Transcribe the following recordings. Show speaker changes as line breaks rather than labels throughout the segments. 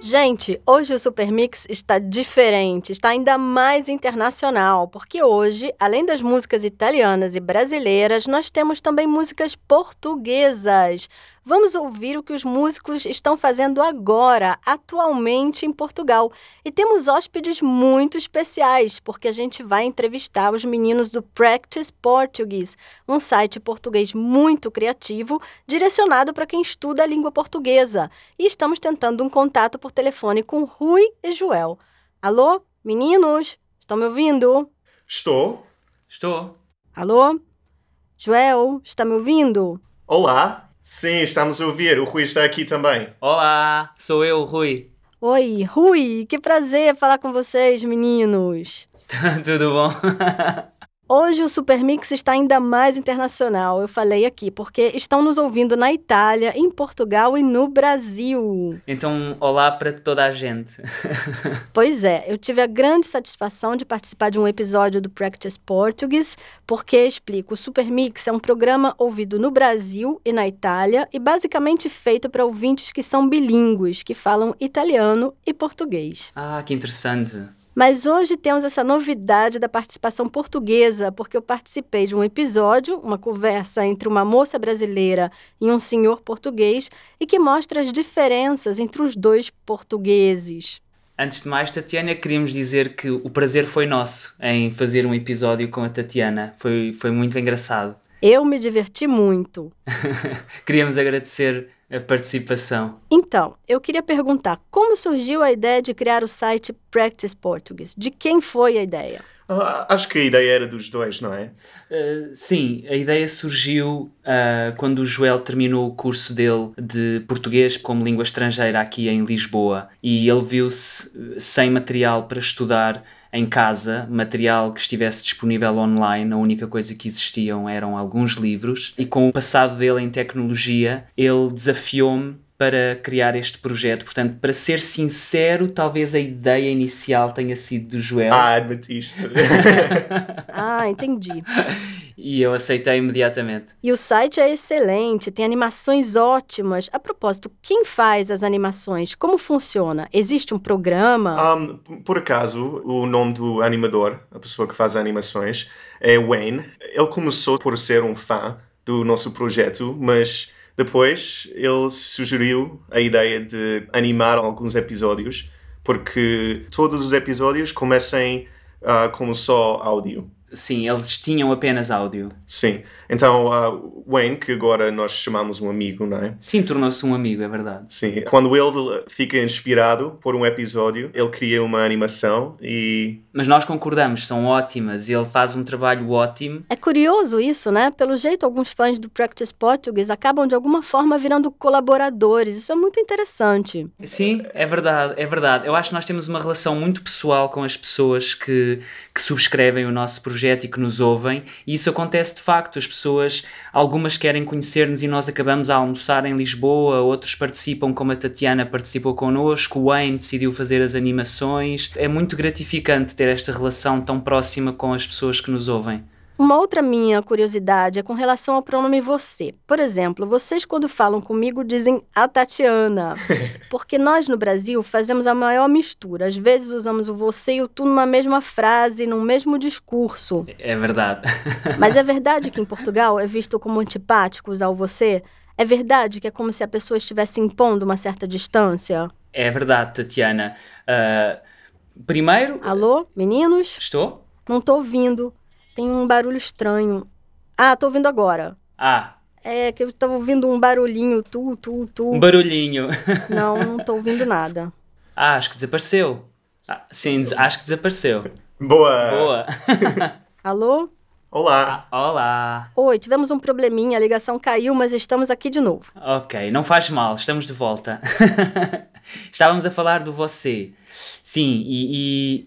Gente, hoje o Supermix está diferente, está ainda mais internacional, porque hoje, além das músicas italianas e brasileiras, nós temos também músicas portuguesas. Vamos ouvir o que os músicos estão fazendo agora, atualmente em Portugal. E temos hóspedes muito especiais, porque a gente vai entrevistar os meninos do Practice Portuguese, um site português muito criativo, direcionado para quem estuda a língua portuguesa. E estamos tentando um contato por telefone com Rui e Joel. Alô, meninos? Estão me ouvindo?
Estou.
Estou.
Alô? Joel, está me ouvindo?
Olá. Sim, estamos a ouvir. O Rui está aqui também.
Olá, sou eu, Rui.
Oi, Rui, que prazer falar com vocês, meninos.
Tudo bom?
Hoje o Supermix está ainda mais internacional, eu falei aqui, porque estão nos ouvindo na Itália, em Portugal e no Brasil.
Então, olá para toda a gente.
Pois é, eu tive a grande satisfação de participar de um episódio do Practice Portuguese, porque, explico, o Supermix é um programa ouvido no Brasil e na Itália e basicamente feito para ouvintes que são bilíngues, que falam italiano e português.
Ah, que interessante.
Mas hoje temos essa novidade da participação portuguesa, porque eu participei de um episódio, uma conversa entre uma moça brasileira e um senhor português, e que mostra as diferenças entre os dois portugueses.
Antes de mais, Tatiana, queríamos dizer que o prazer foi nosso em fazer um episódio com a Tatiana. Foi, foi muito engraçado.
Eu me diverti muito.
queríamos agradecer a participação.
Então, eu queria perguntar como surgiu a ideia de criar o site Practice Portuguese? De quem foi a ideia?
Ah, acho que a ideia era dos dois, não é?
Uh, sim, a ideia surgiu uh, quando o Joel terminou o curso dele de português como língua estrangeira aqui em Lisboa e ele viu-se eh, sem material para estudar em casa, material que estivesse disponível online, a única coisa que existiam eram alguns livros, e com o passado dele em tecnologia, ele desafiou-me para criar este projeto. Portanto, para ser sincero, talvez a ideia inicial tenha sido do Joel.
Ah, admitiste.
ah, entendi.
E eu aceitei imediatamente.
E o site é excelente, tem animações ótimas. A propósito, quem faz as animações? Como funciona? Existe um programa?
Um, por acaso, o nome do animador, a pessoa que faz animações, é Wayne. Ele começou por ser um fã do nosso projeto, mas depois ele sugeriu a ideia de animar alguns episódios, porque todos os episódios comecem uh, como só áudio.
Sim, eles tinham apenas áudio.
Sim. Então, uh, Wayne, que agora nós chamamos um amigo, não é?
Sim, tornou-se um amigo, é verdade.
Sim. Quando ele fica inspirado por um episódio, ele cria uma animação e.
Mas nós concordamos, são ótimas e ele faz um trabalho ótimo.
É curioso isso, né? Pelo jeito, alguns fãs do Practice Portuguese acabam de alguma forma virando colaboradores. Isso é muito interessante.
Sim, é verdade, é verdade. Eu acho que nós temos uma relação muito pessoal com as pessoas que, que subscrevem o nosso projeto projeto e que nos ouvem, e isso acontece de facto. As pessoas, algumas querem conhecer-nos e nós acabamos a almoçar em Lisboa, outros participam, como a Tatiana participou connosco, o Wayne decidiu fazer as animações. É muito gratificante ter esta relação tão próxima com as pessoas que nos ouvem.
Uma outra minha curiosidade é com relação ao pronome você. Por exemplo, vocês quando falam comigo dizem a Tatiana. Porque nós no Brasil fazemos a maior mistura. Às vezes usamos o você e o tu numa mesma frase, num mesmo discurso.
É verdade.
Mas é verdade que em Portugal é visto como antipático usar o você? É verdade que é como se a pessoa estivesse impondo uma certa distância?
É verdade, Tatiana. Uh, primeiro.
Alô, meninos?
Estou?
Não estou ouvindo tem um barulho estranho. Ah, tô ouvindo agora.
Ah.
É que eu tava ouvindo um barulhinho, tu, tu, tu.
Um barulhinho.
não, não tô ouvindo nada.
Ah, acho que desapareceu. Ah, sim, acho que desapareceu.
Boa.
Boa.
Alô?
Olá.
Ah, olá.
Oi, tivemos um probleminha, a ligação caiu, mas estamos aqui de novo.
Ok, não faz mal, estamos de volta. Estávamos a falar do você. Sim, e, e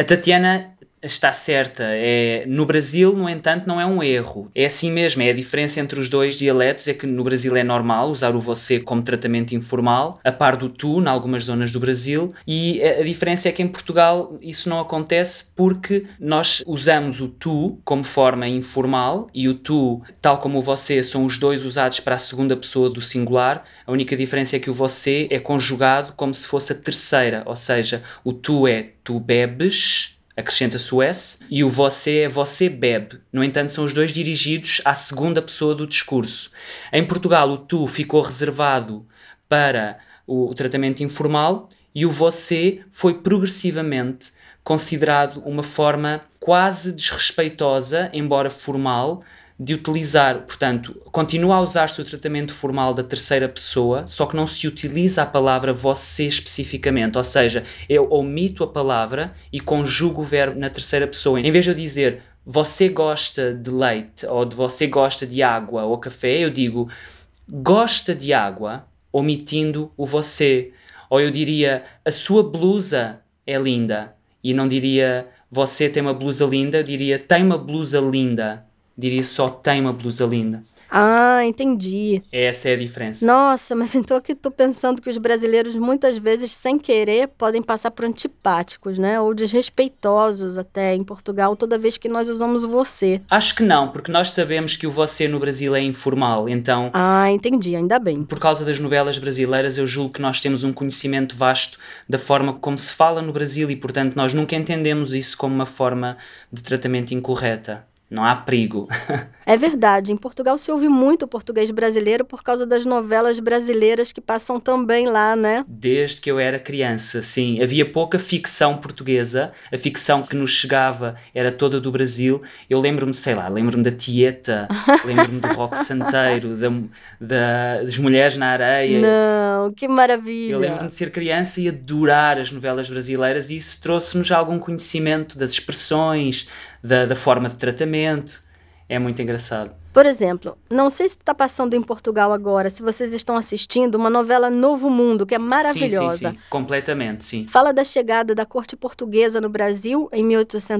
a Tatiana está certa. É, no Brasil, no entanto, não é um erro. É assim mesmo, é a diferença entre os dois dialetos, é que no Brasil é normal usar o você como tratamento informal, a par do tu, em algumas zonas do Brasil, e a diferença é que em Portugal isso não acontece porque nós usamos o tu como forma informal e o tu, tal como o você, são os dois usados para a segunda pessoa do singular. A única diferença é que o você é conjugado como se fosse a terceira, ou seja, o tu é tu bebes, acrescenta-se o S, e o você é você bebe. No entanto, são os dois dirigidos à segunda pessoa do discurso. Em Portugal, o tu ficou reservado para o, o tratamento informal e o você foi progressivamente considerado uma forma quase desrespeitosa, embora formal, de utilizar, portanto, continua a usar-se o tratamento formal da terceira pessoa, só que não se utiliza a palavra você especificamente, ou seja, eu omito a palavra e conjugo o verbo na terceira pessoa. Em vez de eu dizer você gosta de leite ou de você gosta de água ou café, eu digo gosta de água, omitindo o você. Ou eu diria a sua blusa é linda e não diria você tem uma blusa linda, eu diria tem uma blusa linda diria só tem uma blusa linda.
Ah, entendi.
Essa é a diferença.
Nossa, mas então aqui estou pensando que os brasileiros muitas vezes, sem querer, podem passar por antipáticos, né? Ou desrespeitosos até em Portugal, toda vez que nós usamos o você.
Acho que não, porque nós sabemos que o você no Brasil é informal, então.
Ah, entendi, ainda bem.
Por causa das novelas brasileiras, eu julgo que nós temos um conhecimento vasto da forma como se fala no Brasil e, portanto, nós nunca entendemos isso como uma forma de tratamento incorreta não há perigo.
é verdade, em Portugal se ouve muito o português brasileiro por causa das novelas brasileiras que passam também lá, né?
Desde que eu era criança, sim. Havia pouca ficção portuguesa, a ficção que nos chegava era toda do Brasil. Eu lembro-me, sei lá, lembro-me da Tieta, lembro-me do Rock Santeiro, da, da, das Mulheres na Areia.
Não, Ah, que maravilha!
Eu lembro-me de ser criança e adorar as novelas brasileiras e isso trouxe-nos algum conhecimento das expressões, da, da forma de tratamento. É muito engraçado.
Por exemplo, não sei se está passando em Portugal agora, se vocês estão assistindo uma novela Novo Mundo, que é maravilhosa.
Sim, sim, sim. completamente, sim.
Fala da chegada da corte portuguesa no Brasil em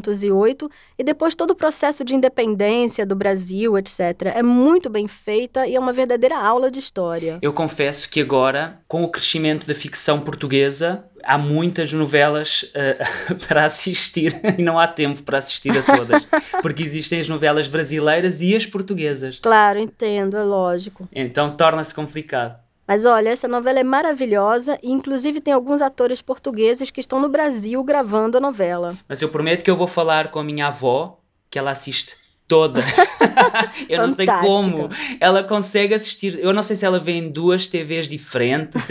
1808 e depois todo o processo de independência do Brasil, etc. É muito bem feita e é uma verdadeira aula de história.
Eu confesso que agora, com o crescimento da ficção portuguesa, há muitas novelas uh, para assistir e não há tempo para assistir a todas, porque existem as novelas brasileiras e as portuguesas.
Claro, entendo, é lógico.
Então torna-se complicado.
Mas olha, essa novela é maravilhosa e inclusive tem alguns atores portugueses que estão no Brasil gravando a novela.
Mas eu prometo que eu vou falar com a minha avó, que ela assiste todas. eu Fantástica. não sei como ela consegue assistir. Eu não sei se ela vê em duas TVs diferentes.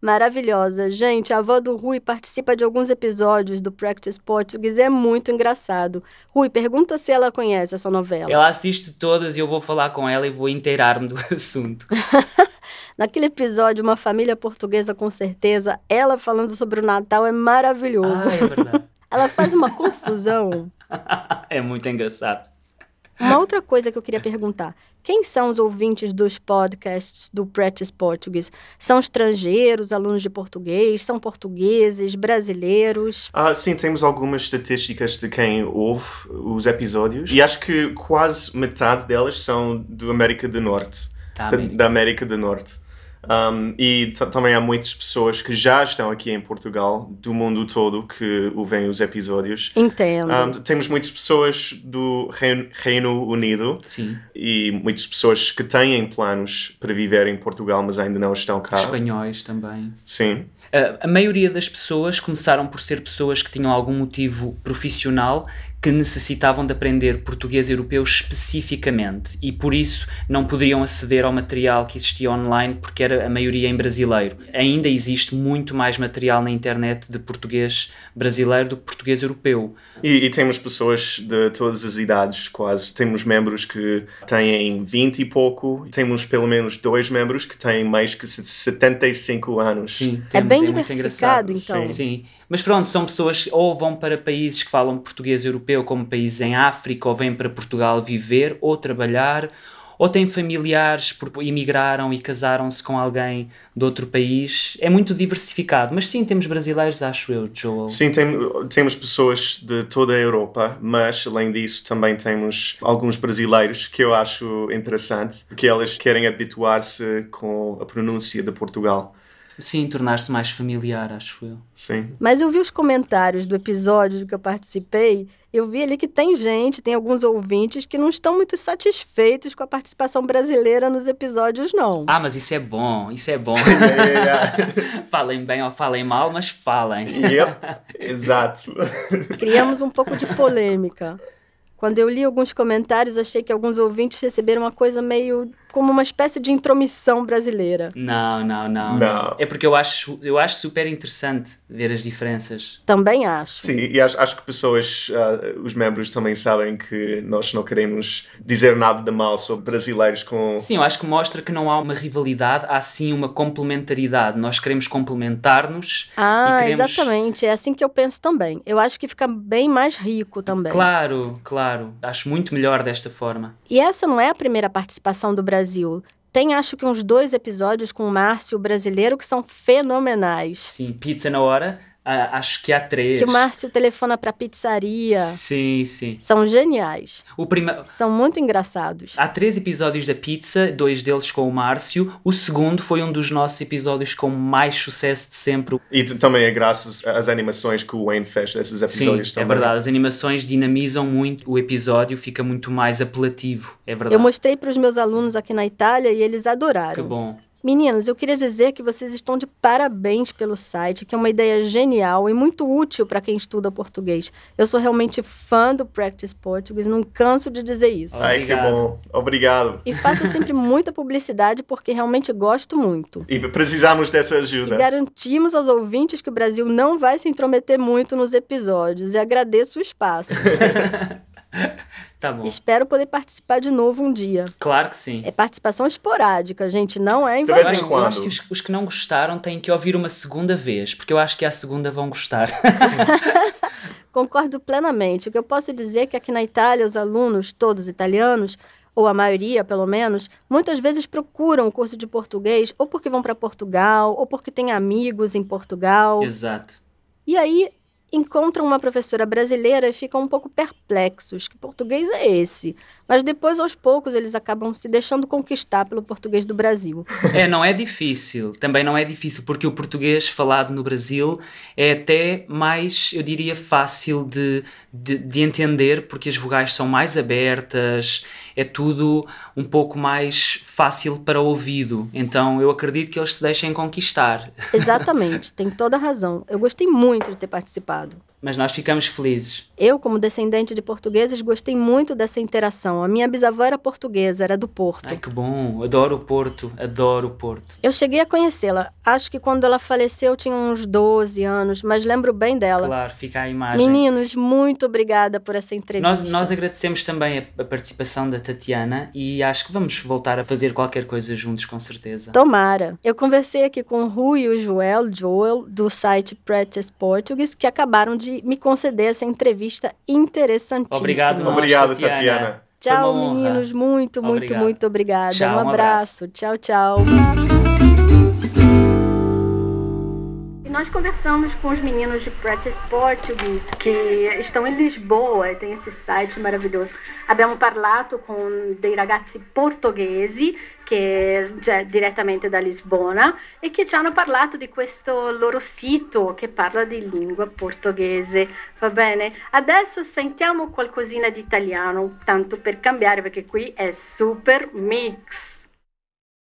Maravilhosa. Gente, a avó do Rui participa de alguns episódios do Practice Português. É muito engraçado. Rui, pergunta se ela conhece essa novela.
Ela assiste todas e eu vou falar com ela e vou inteirar-me do assunto.
Naquele episódio, uma família portuguesa com certeza, ela falando sobre o Natal é maravilhoso.
Ah, é verdade.
ela faz uma confusão.
é muito engraçado.
Uma outra coisa que eu queria perguntar: quem são os ouvintes dos podcasts do Practice Português? São estrangeiros, alunos de português? São portugueses, brasileiros?
Ah, sim, temos algumas estatísticas de quem ouve os episódios e acho que quase metade delas são do América do Norte.
Tá,
da,
América.
da América do Norte. Um, e também há muitas pessoas que já estão aqui em Portugal, do mundo todo, que ouvem os episódios.
Entendo.
Um, temos muitas pessoas do Reino, Reino Unido
Sim.
e muitas pessoas que têm planos para viver em Portugal, mas ainda não estão cá.
Espanhóis também.
Sim.
Uh, a maioria das pessoas começaram por ser pessoas que tinham algum motivo profissional que necessitavam de aprender português europeu especificamente e por isso não podiam aceder ao material que existia online porque era a maioria em brasileiro. Ainda existe muito mais material na internet de português brasileiro do que português europeu.
E, e temos pessoas de todas as idades, quase. Temos membros que têm 20 e pouco, temos pelo menos dois membros que têm mais que 75 anos.
Sim,
é
temos,
bem
muito
diversificado,
engraçado.
então.
Sim.
Sim, mas pronto, são pessoas ou vão para países que um falam português europeu, como países em África, ou vêm para Portugal viver ou trabalhar, ou têm familiares porque emigraram e casaram-se com alguém de outro país. É muito diversificado, mas sim, temos brasileiros, acho eu, Joel.
Sim, tem, temos pessoas de toda a Europa, mas além disso também temos alguns brasileiros que eu acho interessante, porque elas querem habituar-se com a pronúncia de Portugal.
Sim, tornar-se mais familiar, acho eu.
Sim.
Mas eu vi os comentários do episódio do que eu participei, eu vi ali que tem gente, tem alguns ouvintes que não estão muito satisfeitos com a participação brasileira nos episódios, não.
Ah, mas isso é bom, isso é bom. falem bem ou falem mal, mas falem.
Yep, exato.
Criamos um pouco de polêmica. Quando eu li alguns comentários, achei que alguns ouvintes receberam uma coisa meio como uma espécie de intromissão brasileira.
Não, não, não.
Não.
É porque eu acho, eu acho super interessante ver as diferenças.
Também acho.
Sim, e acho, acho que pessoas, ah, os membros também sabem que nós não queremos dizer nada de mal sobre brasileiros com.
Sim, eu acho que mostra que não há uma rivalidade, há sim uma complementaridade. Nós queremos complementar-nos.
Ah,
E queremos-
exatamente. É assim que eu penso também. Eu acho que fica bem mais rico também.
Claro, claro. Acho muito melhor desta forma.
E essa não é a primeira participação do Brasil. Tem acho que uns dois episódios com o Márcio o brasileiro que são fenomenais.
Sim, pizza na hora, ah, acho que há três.
Que o Márcio telefona pra pizzaria.
Sim, sim.
São geniais.
O primeiro.
São muito engraçados.
Há três episódios da pizza, dois deles com o Márcio. O segundo foi um dos nossos episódios com mais sucesso de sempre,
E t- também é graças às animações que o Wayne fez desses episódios
é
também.
verdade. As animações dinamizam muito o episódio, fica muito mais apelativo. É verdade.
Eu mostrei para os meus alunos aqui na Itália e eles
Que
adoraram.
bom.
Meninos, eu queria dizer que vocês estão de parabéns pelo site, que é uma ideia genial e muito útil para quem estuda português. Eu sou realmente fã do Practice Portuguese, não canso de dizer isso.
Ai, que
Obrigado.
bom. Obrigado.
E faço sempre muita publicidade porque realmente gosto muito.
E precisamos dessa
E
ajuda.
garantimos aos ouvintes que o Brasil não vai se intrometer muito nos episódios e agradeço o espaço.
Tá bom.
Espero poder participar de novo um dia.
Claro que sim.
É participação esporádica, gente, não é
vez em
Eu
invasão.
acho- eu acho
quando.
que os, os que não gostaram têm que ouvir uma segunda vez, porque eu acho que à segunda vão gostar.
Concordo plenamente. O que eu posso dizer é que aqui na Itália, os alunos, todos italianos, ou a maioria, pelo menos, muitas vezes procuram o curso de português ou porque vão para Portugal, ou porque têm amigos em Portugal.
Exato.
E aí encontram uma professora brasileira e ficam um pouco perplexos. Que português é esse? Mas depois, aos poucos, eles acabam se deixando conquistar pelo português do Brasil.
É, não é difícil. Também não é difícil, porque o português falado no Brasil é até mais, eu diria, fácil de, de, de entender, porque as vogais são mais abertas, é tudo um pouco mais fácil para o ouvido. Então eu acredito que eles se deixem conquistar.
Exatamente, tem toda a razão. Eu gostei muito de ter participado.
Mas nós ficamos felizes.
Eu, como descendente de portugueses, gostei muito dessa interação. A minha bisavó era portuguesa, era do Porto.
Ai que bom, adoro o Porto, adoro o Porto.
Eu cheguei a conhecê-la. Acho que quando ela faleceu eu tinha uns 12 anos, mas lembro bem dela.
Claro, fica a imagem.
Meninos, muito obrigada por essa entrevista.
Nós, nós agradecemos também a, a participação da Tatiana e acho que vamos voltar a fazer qualquer coisa juntos, com certeza.
Tomara. Eu conversei aqui com o Rui e o Joel, Joel, do site Practice Portuguese, que acabaram de me conceder essa entrevista interessantíssima.
Obrigado, nós,
Obrigado,
Tatiana.
Tatiana.
Foi
Tchau,
uma honra.
meninos. Muito, muito,
Obrigado.
muito obrigada.
Tchau,
um
um abraço.
abraço. Tchau, tchau. E nós conversamos com os meninos de Practice Portuguese, que estão em Lisboa e tem esse site maravilhoso. Abbiamo parlato com dei ragazzi portoghesi, che cioè, direttamente da Lisbona, e che ci hanno parlato di questo loro sito che parla di lingua portoghese. Va bene? Adesso sentiamo qualcosina di italiano, tanto per cambiare, perché qui è super mix.